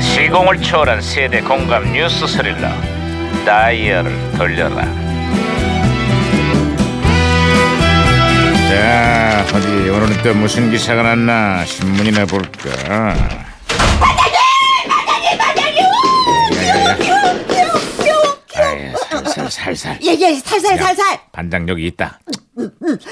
시공을 초월한 세대 공감 뉴스 스릴러 다이얼을 돌려라 자 어디 오늘은 또 무슨 기사가 났나 신문이나 볼까 반장님 반장님 반장님 살살살살 예예 살살 야, 살살 음, 반장 여기 있다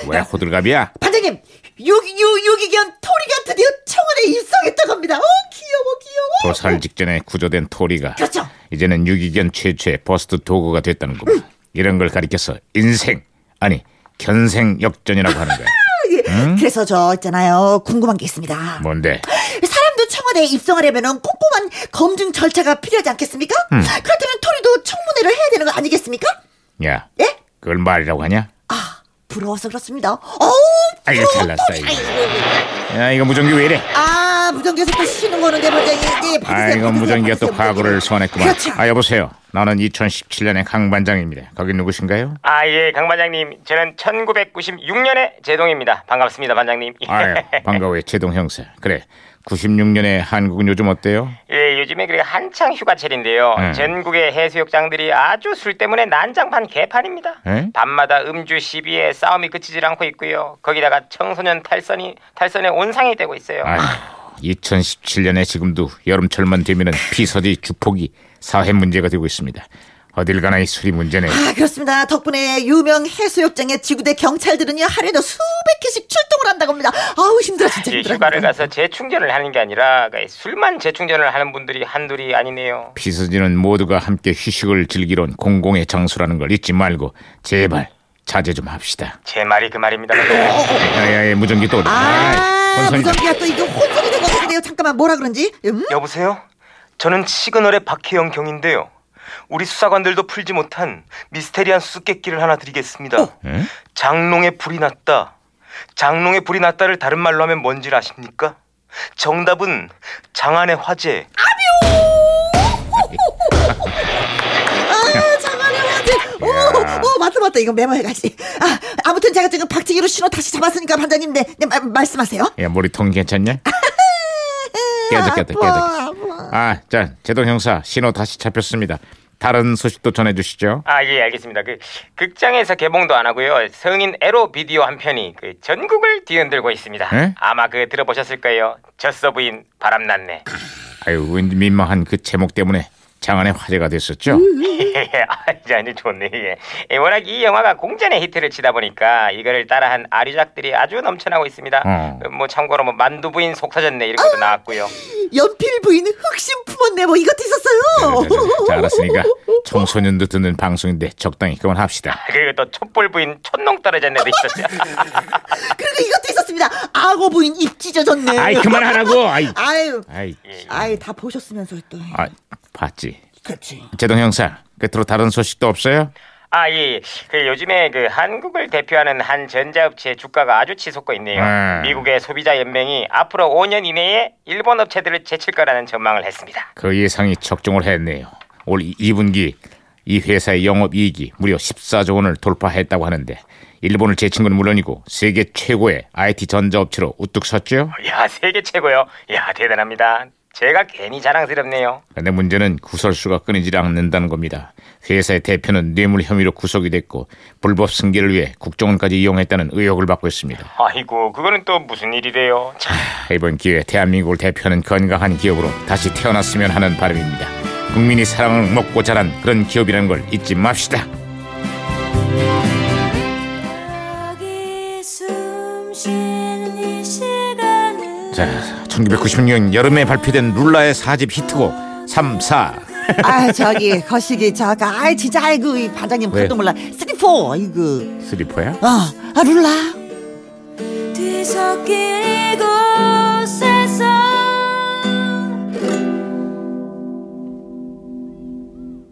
왜 호들갑이야 반장님 요기 요 요기견 토리견 드디어 청원에 입성했다고 합니다. 어 귀여워 귀여워. 도살 직전에 구조된 토리가 그렇죠. 이제는 유기견 최초의 버스트 도구가 됐다는구만 이런 걸 가리켜서 인생 아니 견생 역전이라고 하는 거야 예. 음? 그래서 저 있잖아요 궁금한 게 있습니다. 뭔데 사람도 청원에 입성하려면 꼼꼼한 검증 절차가 필요하지 않겠습니까? 음. 그렇다면 토리도 청문회를 해야 되는 거 아니겠습니까? 야 예? 그걸 말이라고 하냐 아 부러워서 그렇습니다. 어우 아이고 잘났어 이거. 야 이거 무전기 왜 이래 아 무전기에서 또 쉬는 거는데 반장님. 예, 받으세요, 아이고 받으세요, 무전기가 또 받으세요, 과거를 무전기. 소환했구만 그렇죠. 아 여보세요 나는 2017년의 강반장입니다 거기 누구신가요 아 예 강 반장님 저는 1996년에 제동입니다 반갑습니다 반장님 아유 반가워요 제동 형사 그래 96년에 한국은 요즘 어때요 예 요즘에 그 한창 휴가철인데요 네. 전국의 해수욕장들이 아주 술 때문에 난장판 개판입니다 에? 밤마다 음주 시비에 싸움이 그치질 않고 있고요 거기다가 청소년 탈선이 탈선의 온상이 되고 있어요 아유, 2017년에 지금도 여름철만 되면은 피서지 주폭이 사회 문제가 되고 있습니다. 어딜 가나 이 수리 문제네. 아 그렇습니다. 덕분에 유명 해수욕장의 지구대 경찰들은요 하루에도 수백 개씩 출동을 한다고 합니다. 아우 힘들어 진짜 이제 힘들어. 예, 휴가를 가서 재충전을 하는 게 아니라 그러니까 술만 재충전을 하는 분들이 한둘이 아니네요 피서지는 모두가 함께 휴식을 즐기러 온 공공의 장소라는 걸 잊지 말고 제발 자제 좀 합시다. 제 말이 그 말입니다 반장님. 야야야 무전기 또 오다. 아이, 아 혼선이 다- 무전기가 또 이거 혼선이 된것 같은데요. 잠깐만 뭐라 그런지. 음? 여보세요? 저는 시그널의 박혜영 경인데요. 우리 수사관들도 풀지 못한 미스테리한 수수께끼를 하나 드리겠습니다. 응? 장롱에 불이 났다. 장롱에 불이 났다를 다른 말로 하면 뭔지 아십니까? 정답은 장안의 화재. 네. 아 잠깐만요. 야. 오오 맞다 맞다 이거 메모해가지. 아 아무튼 제가 지금 박치기로 신호 다시 잡았으니까 반장님 네, 네 마- 말씀하세요. 야 머리통 괜찮냐? 깨져 깨져 아파, 깨져. 아, 자 제동 형사 신호 다시 잡혔습니다. 다른 소식도 전해주시죠. 아, 예, 알겠습니다. 그 극장에서 개봉도 안 하고요. 성인 에로 비디오 한 편이 그 전국을 뒤흔들고 있습니다. 에? 아마 그 들어보셨을 거예요. 젖소 부인 바람났네. 아유 왠지 민망한 그 제목 때문에 장안의 화제가 음. 됐었죠. 예, 아, 이제 아주 좋네. 예. 예, 워낙 이 영화가 공전의 히트를 치다 보니까 이거를 따라한 아류작들이 아주 넘쳐나고 있습니다. 어. 어, 뭐 참고로 뭐 만두부인 속 터졌네 이런 것도 나왔고요. 연필 부인 흑심 품었네 뭐 이것도 네, 있었어요. 자, 알았으니까 청소년도 듣는 방송인데 적당히 그만합시다. 그리고 또 촛불 부인 촌농 떨어졌네도 있었어요. 그리고 이것도 있었습니다. 악어 부인 입 찢어졌네. 아이 그만하라고. 아이, 아유. 아이, 아이 다 보셨으면서 또 예, 아, 봤지. 그렇지. 제동 형사 끝으로 다른 소식도 없어요? 아 예, 그 요즘에 그 한국을 대표하는 한 전자업체의 주가가 아주 치솟고 있네요. 음. 미국의 소비자 연맹이 앞으로 5년 이내에 일본 업체들을 제칠 거라는 전망을 했습니다. 그 예상이 적중을 했네요. 올 2분기 이 회사의 영업 이익이 무려 14조 원을 돌파했다고 하는데 일본을 제친 건 물론이고 세계 최고의 IT 전자업체로 우뚝 섰죠. 야 세계 최고요. 야 대단합니다. 제가 괜히 자랑스럽네요. 그런데 문제는 구설수가 끊이질 않는다는 겁니다. 회사의 대표는 뇌물 혐의로 구속이 됐고 불법 승계를 위해 국정원까지 이용했다는 의혹을 받고 있습니다. 아이고 그거는 또 무슨 일이래요. 아. 참. 이번 기회에 대한민국을 대표하는 건강한 기업으로 다시 태어났으면 하는 바람입니다. 국민이 사랑을 먹고 자란 그런 기업이라는 걸 잊지 맙시다. 여기 숨 쉬는 이 시간은 자, 1996년 여름에 발표된 룰라의 4집 히트곡 3, 4. 아 저기 거시기 저가 아 진짜 아이고 이 반장님 왜? 그것도 몰라 쓰리 포 어, 이거 슬리퍼야? 어 아, 룰라 뒤섞인 이곳에